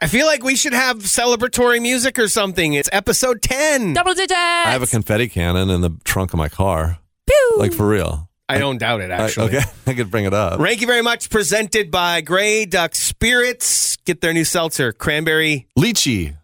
I feel like we should have celebratory music or something. It's episode 10. Double digits. I have a confetti cannon in the trunk of my car. Like for real. I don't doubt it, I- actually. okay, I could bring it up. Thank you very much. Presented by Grey Duck Spirits. Get their new seltzer, cranberry. Lychee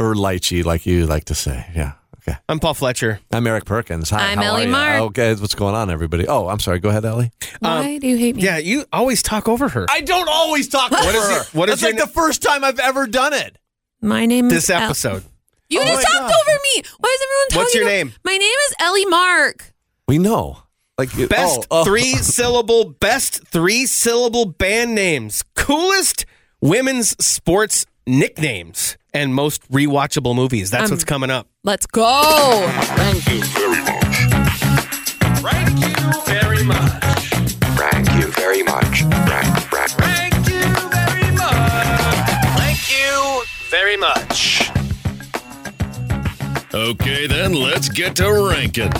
or lychee, like you like to say. Yeah. Okay. I'm Paul Fletcher. I'm Eric Perkins. Hi. I'm how Ellie are ya? Mark. Okay, what's going on, everybody? Oh, I'm sorry. Go ahead, Ellie. um, Why do you hate me? Yeah, you always talk over her. I don't always talk to What is her. your- what is That's your like na- the first time I've ever done it. My name this is El- episode. you Oh just my talked God. over me. Why is everyone talking? What's your o- name? My name is Ellie Mark. We know. Like it- Best oh, oh. three syllable, best three syllable band names, coolest women's sports nicknames, and most rewatchable movies. That's what's coming up. Let's go. Thank you very much. Thank you very much. Thank you very much. Thank, thank, thank you very much. Thank you very much. Okay, then let's get to ranking.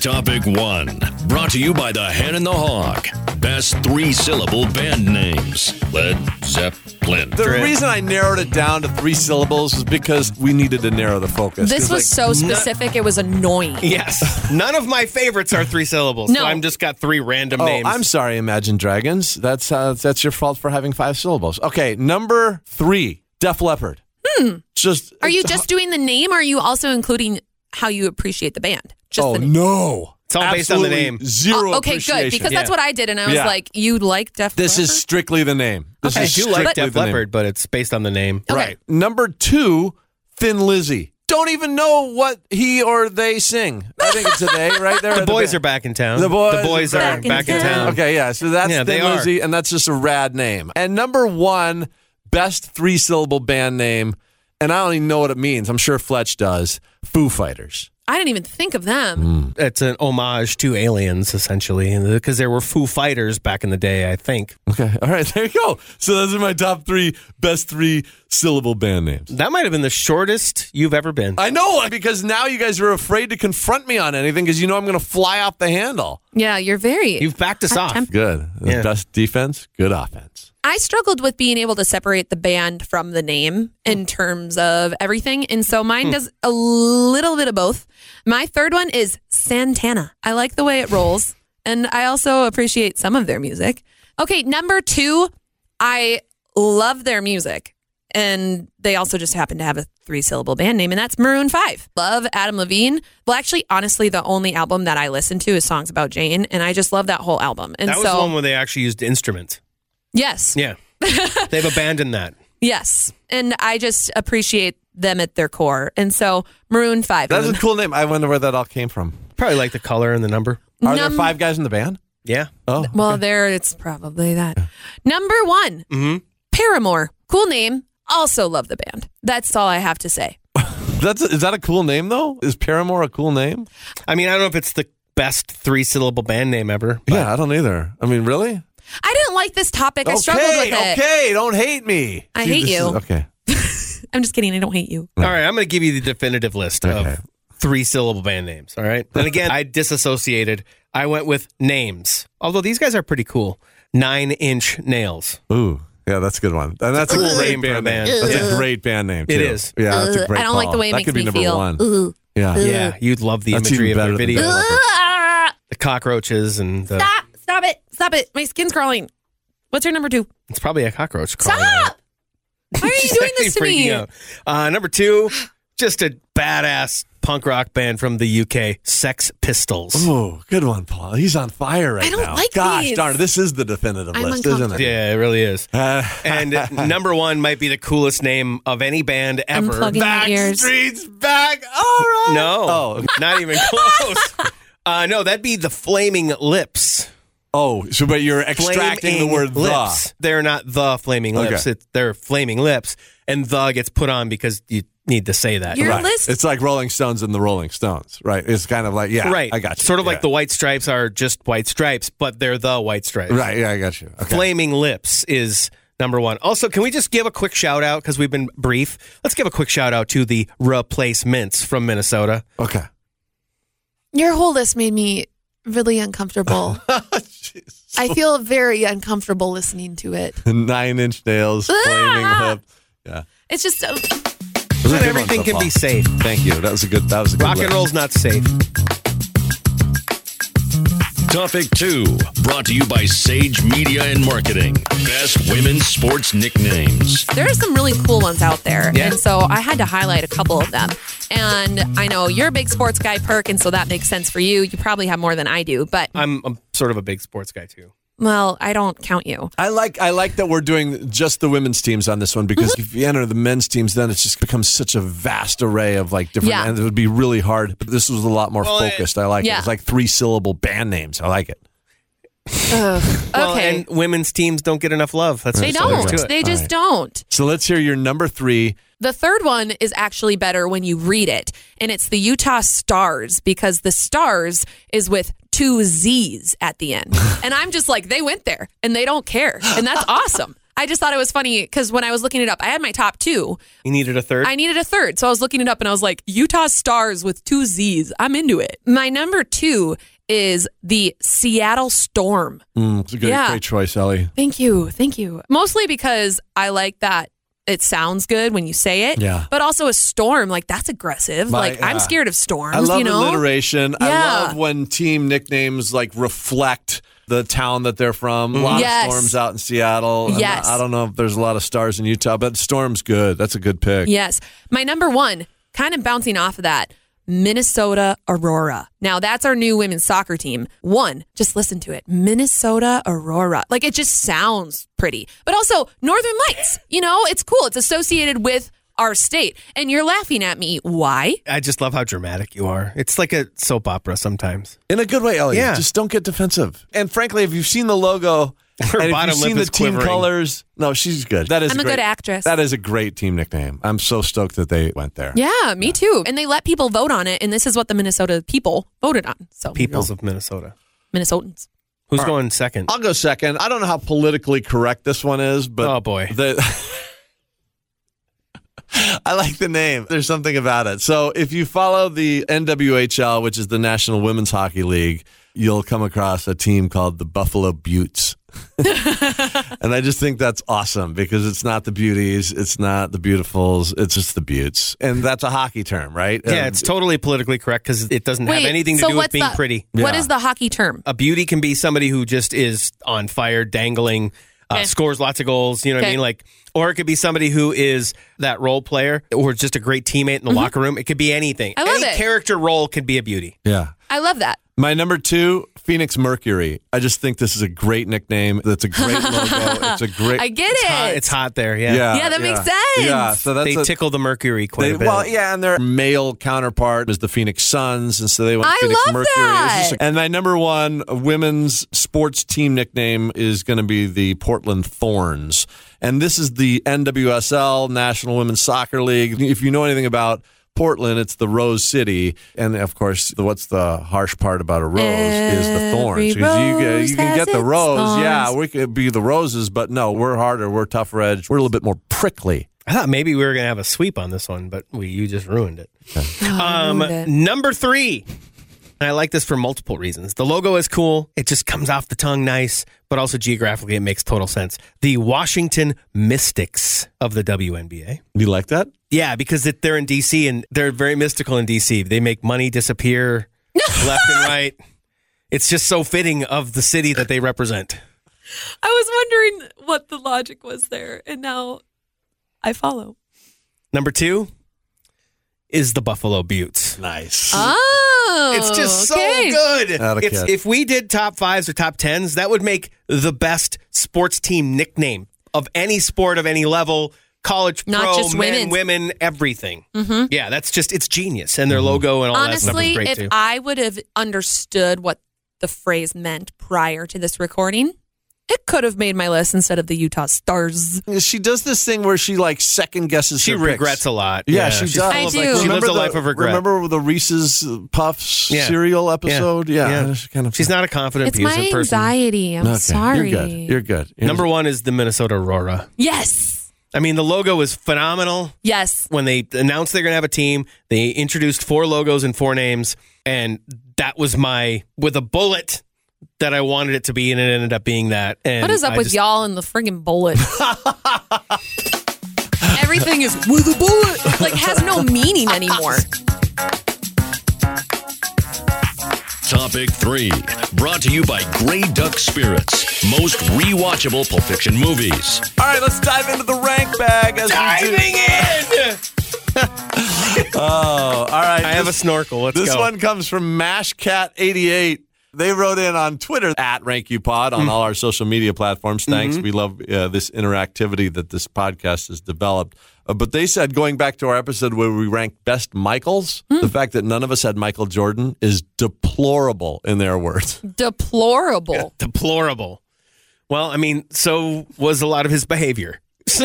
Topic one brought to you by the Hen and the Hog. Best three syllable band names Led Zeppelin. The reason I narrowed it down to three syllables was because we needed to narrow the focus. This 'Cause, was like, so specific. it was annoying. Yes. None of my favorites are three syllables. No. So I'm just got three random Oh, names. I'm sorry, Imagine Dragons. That's uh, that's your fault for having five syllables. Okay, number three, Def Leppard. Hmm. Just Are you just doing the name? Or are you also including how you appreciate the band? Just Oh the name. no! It's all based on the Absolutely name. Zero. Oh, okay, good. appreciation. Because that's what I did, and I was Yeah. like, "You like Def this is Leppard? strictly the name. This I is do like strictly Def the name. Leppard, but it's based on the name. Okay. Right. Number two, Thin Lizzy. Don't even know what he or they sing. I think it's a they, right there. The boys are back in town. The boys are are back, back in in town. town. Okay, Um, yeah. So that's Yeah, they Thin are. Lizzy, and that's just a rad name. And number one, best three syllable band name, and I don't even know what it means. I'm sure Fletch does. Foo Fighters. I didn't even think of Mm. them. It's an homage to aliens, essentially, because there were Foo Fighters back in the day, I think. Okay, all right, there you go. So those are my top three best three syllable band names. That might have been the shortest you've ever Uh, been. I know because now you guys are afraid to confront me on anything because you know I'm going to fly off the handle. Yeah, you're very. You've backed us off. Good. Yeah. Best defense, good offense. I struggled with being able to separate the band from the name Hmm. in terms of everything. And so mine does a little bit of both. My third one is Santana. I like the way it rolls. And I also appreciate some of their music. Okay, number two, I love their music. And they also just happen to have a three syllable band name, and that's Maroon 5. Love Adam Levine. Well, actually, honestly, the only album that I listen to is Songs About Jane, and I just love that whole album. And that was so, the one where they actually used instruments. yes. Yeah. They've abandoned that. Yes. And I just appreciate them at their core. And so Maroon 5. That's a And cool name. I wonder where that all came from. Probably like the color and the number. Are there num- five guys in the band? Yeah. Oh, Well, there it's probably that. Number one, Mm-hmm. Paramore. Cool name. Also love the band. That's all I have to say. that's is that a cool name though? Is Paramore a cool name? I mean, I don't know if it's the best three syllable band name ever. but Yeah, I don't either. I mean, really? I didn't like this topic. I okay, struggled with it. okay. Don't hate me. I hate this is- you. okay. I'm just kidding. I don't hate you. All right, I'm going to give you the definitive list Okay. of three syllable band names. All right. And again, I disassociated. I went with names, although these guys are pretty cool. Nine Inch Nails. Ooh, yeah, that's a good one. And that's a Cool great name for a band name. band. That's Yeah. a great band name. Too. It is. Yeah, that's a Ugh, great Uh, I don't like call. the way it that makes could be me number feel. one. Ooh. Yeah. Yeah, you'd love the That's imagery of even their better than video. Def Leppard. Ah, The cockroaches and the. stop. Stop it. Stop it. My skin's crawling. What's your number two? It's probably a cockroach. crawling around. Stop. Why are you She's doing this to actually freaking me? out. Uh, number two, just a badass punk rock band from the UK, Sex Pistols. Ooh, good one, Paul. He's on fire right I don't now. like Gosh these. darn, this is the definitive I'm list, isn't it? Yeah, it really is. Uh, And number one might be the coolest name of any band I'm ever. plugging my ears. Streets back. All right. No, Oh, not even close. Uh, no, that'd be the Flaming Lips. oh. So, but you're extracting the Flaming word lips. They're not the Flaming Okay. Lips. It's, they're Flaming Lips, and the gets put on because you need to say that. the. Your Right. list- It's like Rolling Stones and the Rolling Stones, right? It's kind of like yeah. right. I got you. Sort of Yeah. like the White Stripes are just White Stripes, but they're the White Stripes. Right. Yeah, I got you. Okay. Flaming Lips is number one. Also, can we just give a quick shout out because we've been brief? Let's give a quick shout out to the replacements from Minnesota. Okay. Your whole list made me really uncomfortable. I feel very uncomfortable listening to it. Ah! Nine Inch Nails, Flaming Hip. It's just uh, so. Those are Not good everything ones so can be far. safe. Thank you. That was a good. That was a good. Rock and list. roll's not safe. Topic two, brought to you by Sage Media and Marketing. Best women's sports nicknames. There are some really cool ones out there. Yeah. And so I had to highlight a couple of them. And I know you're a big sports guy, Perk, and so that makes sense for you. You probably have more than I do, but I'm, I'm sort of a big sports guy too. well, I don't count you. I like I like that we're doing just the women's teams on this one because Mm-hmm. if you enter the men's teams, then it's just becomes such a vast array of like different, Yeah. and it would be really hard. But this was a lot more Well, it- focused. I like it. Yeah. It's like three syllable band names. I like it. Well, okay. and women's teams don't get enough love. That's they just the way to don't. it. They just right. don't. So let's hear your number three. The third one is actually better when you read it, and it's the Utah Stars because the Stars is with two Z's at the end. and I'm just like, they went there and they don't care. And that's awesome. I just thought it was funny because when I was looking it up, I had my top two. You needed a third. I needed a third. So I was looking it up and I was like, Utah Stars with two Z's. I'm into it. My number two is the Seattle Storm. Mm, it's a good, Yeah. great choice, Ellie. Thank you. Thank you. Mostly because I like that it sounds good when you say it. Yeah. But also a storm, like that's aggressive. My- like I'm yeah. scared of storms, I love you know? alliteration. I Yeah. love when team nicknames like reflect the town that they're from. A lot Yes. of storms out in Seattle. And Yes. I don't know if there's a lot of stars in Utah, but storm's good. That's a good pick. Yes. My number one, kind of bouncing off of that, Minnesota Aurora. Now, that's our new women's soccer team. One, just listen to it Minnesota Aurora. Like, it just sounds pretty. But also, Northern Lights, you know, it's cool. It's associated with our state. And you're laughing at me. Why? I just love how dramatic you are. It's like a soap opera sometimes. In a good way, Ellie. Yeah. Just don't get defensive. And frankly, if you've seen the logo, Her and bottom if lip you've seen the is team quivering. colors, no, she's good. That is I'm a great- good actress. That is a great team nickname. I'm so stoked that they went there. Yeah, me too. And they let people vote on it. And this is what the Minnesota people voted on. So, Peoples of Minnesota. Minnesotans. Who's going second? I'll go second. I don't know how politically correct this one is, but Oh, boy. the I like the name. There's something about it. So if you follow the NWHL, which is the National Women's Hockey League, you'll come across a team called the Buffalo Buttes. and I just think that's awesome because it's not the beauties, it's not the beautifuls, it's just the buttes. And that's a hockey term, right? yeah, Um, it's totally politically correct because it doesn't have anything to so do with what's being the- pretty. What Yeah. is the hockey term? A beauty can be somebody who just is on fire, dangling, uh, Okay. scores lots of goals. You know what I Okay. mean? Like, or it could be somebody who is that role player or just a great teammate in the locker room. It could be anything. Mm-hmm. I love Any it. character role could be a beauty. yeah. I love that. My number two, Phoenix Mercury. I just think this is a great nickname. That's a great logo. It's a great. I get It's it. hot, it's hot there. Yeah. yeah, Yeah, that makes sense. Yeah, so that's They a, tickle the mercury quite they- a bit. well, yeah, and their male counterpart is the Phoenix Suns, and so they went I Phoenix love Mercury. It's just that. a- and my number one women's sports team nickname is going to be the Portland Thorns, and this is the NWSL National Women's Soccer League. If you know anything about Portland, it's the Rose City, and of course, the, what's the harsh part about a rose is the Every thorns. 'Cause you, get- rose you can has get the its rose, yeah, thorns. we could be the roses, but no, we're harder, we're tougher edge, we're a little bit more prickly. I thought maybe we were gonna have a sweep on this one, but we you just ruined it. Oh, I Um, ruined it. number three. And I like this for multiple reasons. The logo is cool. It just comes off the tongue nice, but also geographically it makes total sense. The Washington Mystics of the WNBA. You like that? Yeah, because it, they're in DC and they're very mystical in DC. They make money disappear left and right. It's just so fitting of the city that they represent. I was wondering what the logic was there, and now I follow. Number two is the Buffalo Buttes. Nice. Oh, It's just so okay. good. Atta It's- cat. if we did top fives or top tens, that would make the best sports team nickname of any sport of any level. College, Not pro, just men, women's. women, everything. Yeah, that's just it's genius, and their Mm-hmm. logo and all that stuff Honestly, is great if too. I would have understood what the phrase meant prior to this recording, it could have made my list instead of the Utah Stars. She does this thing where she like second guesses. she her regrets picks. a lot. Yeah, she she's does. full I of, do. Like, she Remember lives a the- life of regret. Remember the Reese's Puffs Yeah. cereal episode? Yeah, She's, kind of She's not a confident It's my person. anxiety. I'm Okay, sorry. You're good. You're good. You're- Number one is the Minnesota Aurora. yes, I mean, the logo is phenomenal. yes. when they announced they're going to have a team, they introduced four logos and four names, and that was my with a bullet that I wanted it to be, and it ended up being that. And What is up I with just- y'all and the friggin' bullet? Every everything is with a bullet. Like has no meaning anymore. Topic three, brought to you by Grey Duck Spirits, most rewatchable Pulp Fiction movies. All right, let's dive into the rank bag. As we do. in. Oh, all right. I have a this- snorkel. Let's This go. one comes from MashCat88. They wrote in on Twitter at RankyPod Mm. on all our social media platforms. Mm-hmm. Thanks. We love uh, this interactivity that this podcast has developed. Uh, but they said, going back to our episode where we ranked best Michaels, Hmm. the fact that none of us had Michael Jordan is deplorable in their words. Deplorable. Deplorable. Well, I mean, so was a lot of his behavior.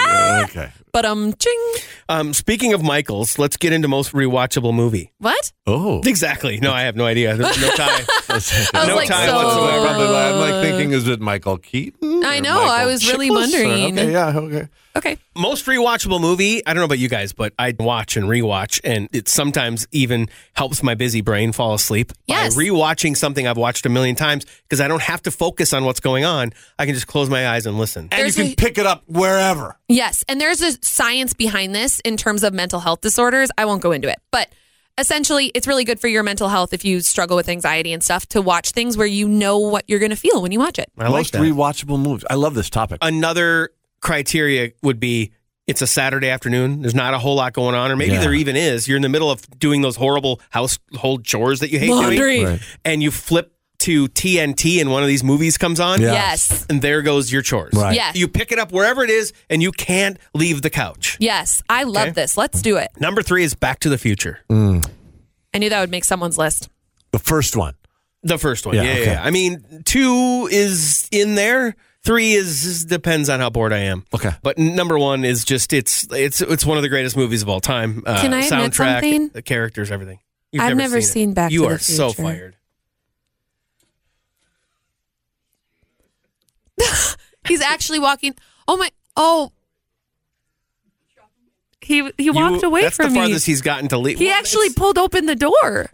So, okay. but um ching. um, speaking of Michaels, let's get into most rewatchable movie. What? Oh. Exactly. No, I have no idea. There's no tie. I was No like, time so whatsoever. Probably like- I'm like thinking, is it Michael Keaton? I or know, I was really Chiklis? Or- wondering. Okay, yeah, okay. okay. most rewatchable movie. I don't know about you guys, but I watch and rewatch, and it sometimes even helps my busy brain fall asleep Yes. by rewatching something I've watched a million times because I don't have to focus on what's going on. I can just close my eyes and listen. And There's you can a- pick it up wherever. Yes, and there's a science behind this in terms of mental health disorders. I won't go into it, but essentially, it's really good for your mental health if you struggle with anxiety and stuff to watch things where you know what you're going to feel when you watch it. I love Most that. rewatchable movies. I love this topic. Another criteria would be it's a Saturday afternoon. There's not a whole lot going on, or maybe Yeah. there even is. You're in the middle of doing those horrible household chores that you hate doing, Laundry. Right. and you flip to TNT, and one of these movies comes on. Yeah. Yes. And there goes your chores. Right. Yes. You pick it up wherever it is, and you can't leave the couch. Yes, I love Okay. this. Let's do it. Number three is Back to the Future, Mm. I knew that would make someone's list. The first one. the first one. Yeah, Yeah, yeah, okay. yeah. I mean, two is in there. Three is is- depends on how bored I am. Okay. But n- number one is just it's it's it's one of the greatest movies of all time. Uh, Can I admit soundtrack, something? The characters, everything. You've I've never it. seen Back You to the are so Future. fired. He's actually walking. Oh my! Oh, he he walked You- away that's from the me. farthest he's gotten to leave. He actually pulled open the door.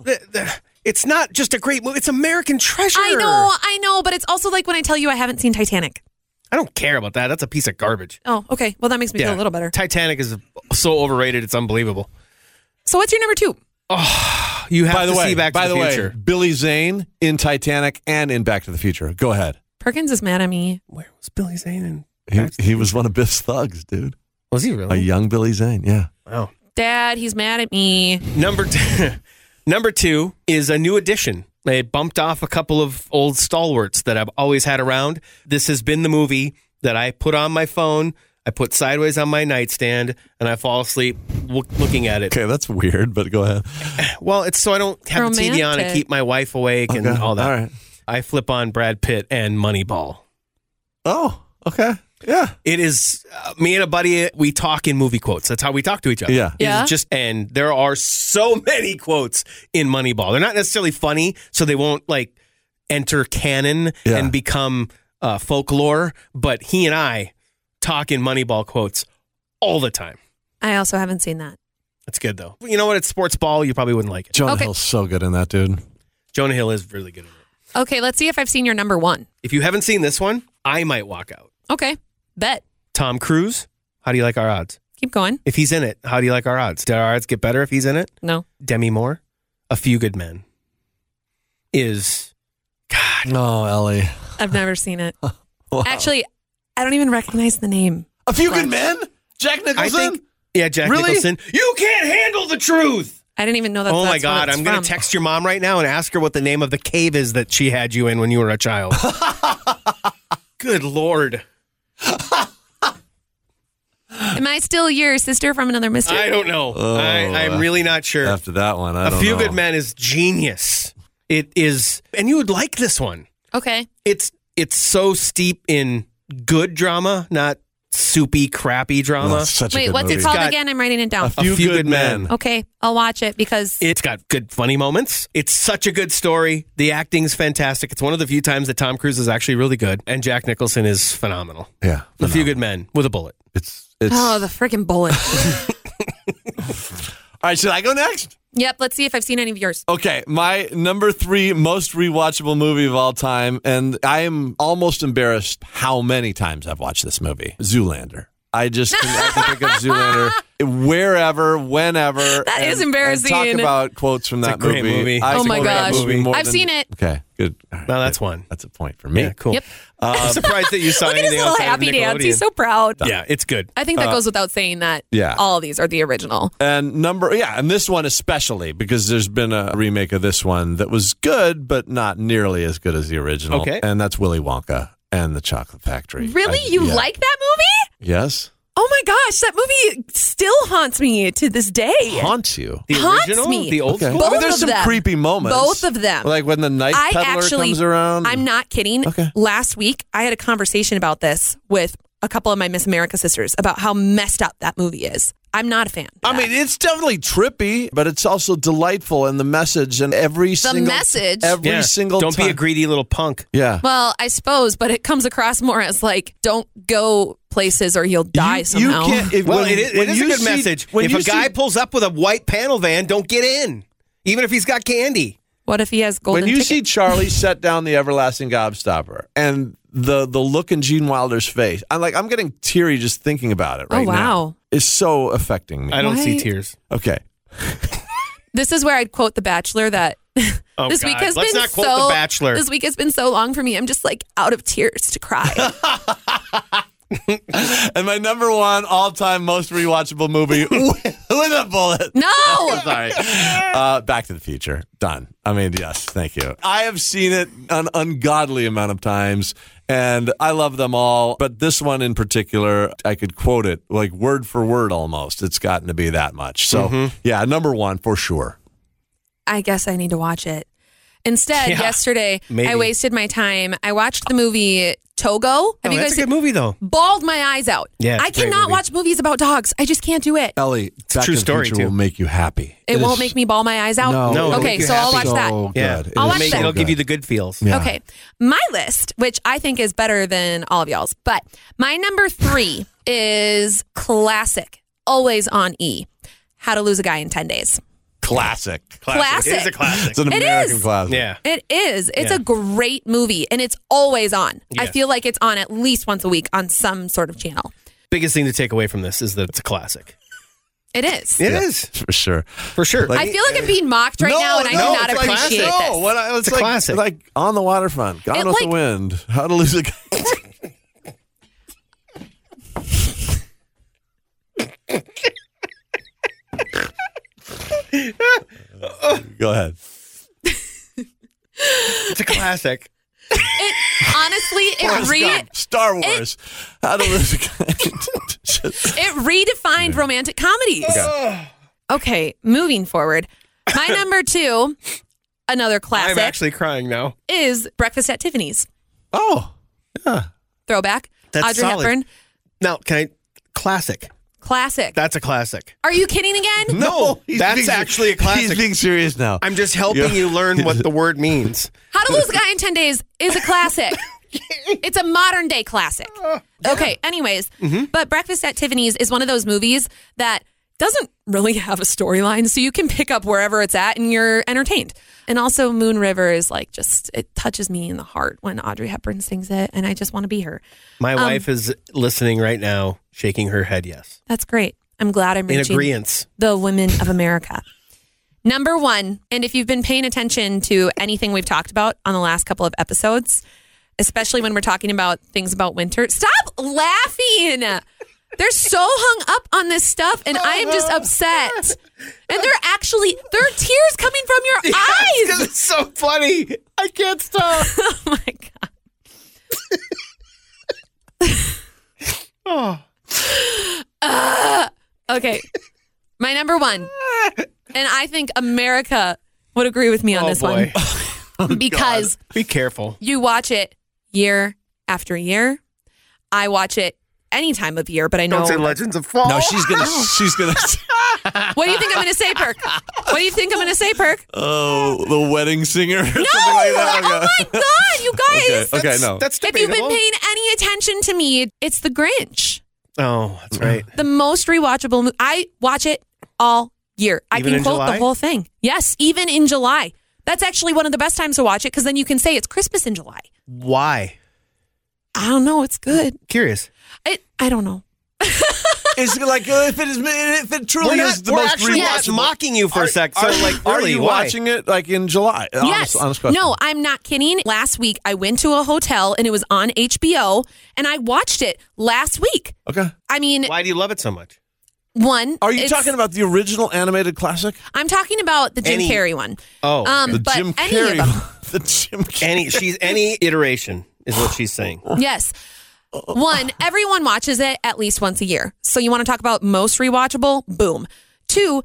It's not just a great movie. It's American Treasure. I know, I know, but it's also like when I tell you I haven't seen Titanic. I don't care about that. That's a piece of garbage. Oh, okay. Well, that makes me Yeah. feel a little better. Titanic is so overrated. It's unbelievable. So, what's your number two? You have By the to way, see Back to by the, the, Future. way, Billy Zane in Titanic and in Back to the Future. Go ahead. Perkins is mad at me. Where was Billy Zane? In He, he was one of Biff's thugs, dude. was he A really? young Billy Zane. Yeah. wow. Dad, he's mad at me. Number two, number two is a new addition. They bumped off a couple of old stalwarts that I've always had around. This has been the movie that I put on my phone. I put sideways on my nightstand and I fall asleep look, looking at it. Okay, that's weird, but go ahead. Well, it's so I don't have the TV on and Romantic. keep my wife awake and Okay, all that. All right. I flip on Brad Pitt and Moneyball. Oh, okay. Yeah. It is uh, me and a buddy. We talk in movie quotes. That's how we talk to each other. Yeah. It is Yeah. just and there are so many quotes in Moneyball. They're not necessarily funny, so they won't like enter canon Yeah. and become uh, folklore. But he and I talk in Moneyball quotes all the time. I also haven't seen that. It's good though. You know what? It's sports ball. You probably wouldn't like it. Jonah Okay. Hill's so good in that, dude. Jonah Hill is really good. At it. Okay, let's see if I've seen your number one. If you haven't seen this one, I might walk out. Okay, bet. Tom Cruise. How do you like our odds? Keep going. If he's in it, how do you like our odds? Did our odds get better if he's in it? No. Demi Moore, A Few Good Men, is God. No, Ellie. I've never seen it. Wow. Actually, I don't even recognize the name. A Few Good Men? Jack Nicholson? I think yeah, Jack Really? Nicholson. You can't handle the truth. I didn't even know that. oh my that's what God! it's I'm gonna from. text your mom right now and ask her what the name of the cave is that she had you in when you were a child. Good Lord! Am I still your sister from another mystery? I don't know. I, I'm really not sure. After that one, Oh. I a don't Few know. Good Men is genius. It is, and you would like this one. Okay. It's it's so steep in good drama, not soupy, crappy drama. That's such a Wait, good what's movie. it called Got- again? I'm writing it down. A Few, Good, Men. okay, I'll watch it because It's got good funny moments. It's such a good story. The acting's fantastic. It's one of the few times that Tom Cruise is actually really good, and Jack Nicholson is phenomenal. Yeah. A few good men with a bullet. It's, it's... oh, the freaking bullet. All right, should I go next? yep. Let's see if I've seen any of yours. Okay, my number three most rewatchable movie of all time, and I am almost embarrassed how many times I've watched this movie Zoolander. I just can, I can pick up Zoolander wherever, whenever. That is is embarrassing. talk about quotes from that a great movie. I Oh quote my that gosh. movie more I've than- seen it. Okay, good. All right, Now that's good. one. That's a point for me. Yeah, cool. Yep. I'm surprised that you saw Look at his anything little else. out of happy dance. He's Nickelodeon. so proud. yeah, it's good. I think that goes without saying that yeah. all of these are the original. And number, yeah, and this one especially because there's been a remake of this one that was good, but not nearly as good as the original. Okay. And that's Willy Wonka and the Chocolate Factory. Really? I- you yeah. like that movie? Yes. Oh my gosh, that movie still haunts me to this day. Haunts you. The Haunts original, me. the old Okay. school. I mean, Both there's of some them. creepy moments. Both of them. Like when the knife I peddler actually- comes around. I'm not kidding. Okay. Last week, I had a conversation about this with a couple of my Miss America sisters about how messed up that movie is. I'm not a fan. of I that. mean, it's definitely trippy, but it's also delightful in the message and every single message? Every Yeah. single Don't time. be a greedy little punk. Yeah. well, I suppose, but it comes across more as like, don't go places or you'll die you, you somehow. can't. If, Well, when, it is, when it is a you good see- message. When If you a guy see- pulls up with a white panel van, don't get in, even if he's got candy. what if he has golden when you ticket? see Charlie set down the everlasting gobstopper and the the look in Gene Wilder's face, I'm like, I'm getting teary just thinking about it Oh, right now. wow. It's so affecting me. I don't see Why? tears. okay. This is where I'd quote The Bachelor that Oh, this God. week has Let's been not quote so The Bachelor. This week has been so long for me. I'm just like out of tears to cry. And my number one all time most rewatchable movie with a bullet. no. Sorry. Uh, Back to the Future. Done. I mean, yes, thank you. I have seen it an ungodly amount of times, and I love them all. But this one in particular, I could quote it like word for word almost. It's gotten to be that much. So, Mm-hmm. yeah, number one for sure. I guess I need to watch it. Instead, Yeah, yesterday maybe. I wasted my time. I watched the movie Togo. Have Oh, you that's guys a good seen? movie though. Bawled my eyes out. Yeah, it's I a great cannot movie. watch movies about dogs. I just can't do it. Ellie, a Back true to the story, Future too. will make you happy. It, won't make me bawl my eyes out. No, No, it'll Okay, make you so I'll watch happy. that. Yeah, Good. It I'll is watch Make- so that. It'll give good. you the good feels. Yeah. Okay. My list, which I think is better than all of y'all's, but my number three is classic, always on E. How to lose a guy in 10 days. classic. Classic. It is a classic. It's an It American is. classic. yeah. It is. It's Yeah. a great movie and it's always on. I Yes. feel like it's on at least once a week on some sort of channel. Biggest thing to take away from this is that it's a classic. It is. It is for sure. for sure. I feel like I'm being mocked right No, now and I no, do not it's like- appreciate no, this. What I, it's It's a like, classic. Like on the waterfront, Gone It with the like- Wind, How to Lose a Guy. Go ahead. it's a classic. It, honestly, it, re- Star Wars. How to Lose a Guy. Just- it redefined romantic comedies. Okay. moving forward. My number two, another I'm classic, actually crying now. is Breakfast at Tiffany's. oh, Throwback. That's Audrey solid. Hepburn. Now, can I? Classic. Classic. That's a classic. Are you kidding again? No, he's that's being- actually a He's classic. being serious now. I'm just helping Yeah. you learn what the word means. How to Lose a Guy in 10 Days is a classic. it's a modern day classic. Uh, Okay, anyways, Mm-hmm. but Breakfast at Tiffany's is one of those movies that doesn't really have a storyline, so you can pick up wherever it's at and you're entertained. And also, Moon River is like just, it touches me in the heart when Audrey Hepburn sings it, and I just want to be her. My wife is listening right now, shaking her head yes. That's great. I'm glad I'm In reaching agreement. the women of America. Number one, and if you've been paying attention to anything we've talked about on the last couple of episodes, especially when we're talking about things about winter, stop laughing. They're so hung up on this stuff, and I am just upset. And they're actually, there are tears coming from your eyes. it's so funny. I can't stop. Oh my God. Oh. Uh, Okay. My number one, and I think America would agree with me on Oh, this boy. Oh, one because. Be careful. you watch it year after year. I watch it any time of year, but I know. Legends of Fall. No, she's gonna. She's gonna. what do you think I'm going to say, Perk? What do you think I'm going to say, Perk? Oh, the wedding singer. No. Something No! like that. oh my God, you guys! Okay, okay, no. That's If you've debatable. been paying any attention to me, it's The Grinch, oh, that's right. the most rewatchable movie. I watch it all year. I Even can in quote July? the whole thing. Yes, even in July. That's actually one of the best times to watch it because then you can say it's Christmas in July. Why? I don't know. It's good. Curious. It, I don't know. It's like uh, if it is, if it truly not- is the we're most actually not rewatchable- mocking you for a Are- sec, so, are- like, are really, you why? watching it like in July? Yes. Honest, honest question. No, I'm not kidding. Last week I went to a hotel and it was on HBO and I watched it last week. Okay. I mean, Why do you love it so much? one. Are you it's- talking about the original animated classic? I'm talking about the Jim Any- Carrey one. Oh, Um, okay. The but Jim any of Carrey. them. the Jim Carrey. any she's any iteration is what she's saying. Yes. One, everyone watches it at least once a year. So you want to talk about most rewatchable? Boom. Two,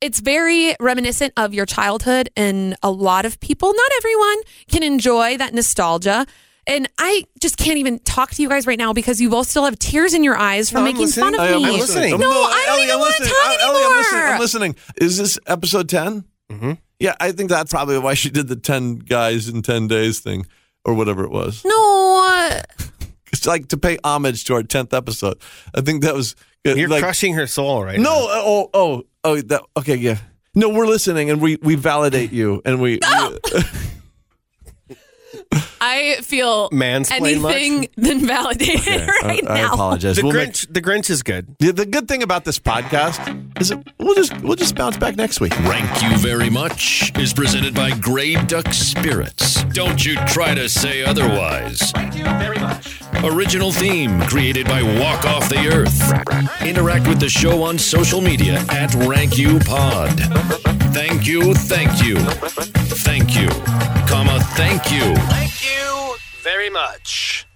it's very reminiscent of your childhood, and a lot of people, not everyone, can enjoy that nostalgia. And I just can't even talk to you guys right now because you both still have tears in your eyes from No, I'm making listening. fun of I am me. listening. No, I don't Ellie, even I'm want to listening. talk I- anymore. Ellie, I'm listening. I'm listening. Is this episode 10? Mm-hmm. Yeah, I think that's probably why she did the 10 guys in 10 days thing or whatever it was. No, uh, It's like to pay homage to our 10th episode. I think that was good. You're like, crushing her soul right No, now. uh, oh, oh, oh, that, okay, yeah. No, we're listening and we, we validate you and we. uh, I feel Mansplain much? anything than validated right I, I now. apologize. The We'll make- Grinch the Grinch is good. the, the good thing about this podcast is that we'll just we'll just bounce back next week. Rank You Very Much is presented by Grave Duck Spirits. Don't you try to say otherwise. Thank you very much. Original theme created by Walk Off the Earth. Interact with the show on social media at Rank You Pod. Thank you, thank you, thank you, comma, thank you. Thank you very much.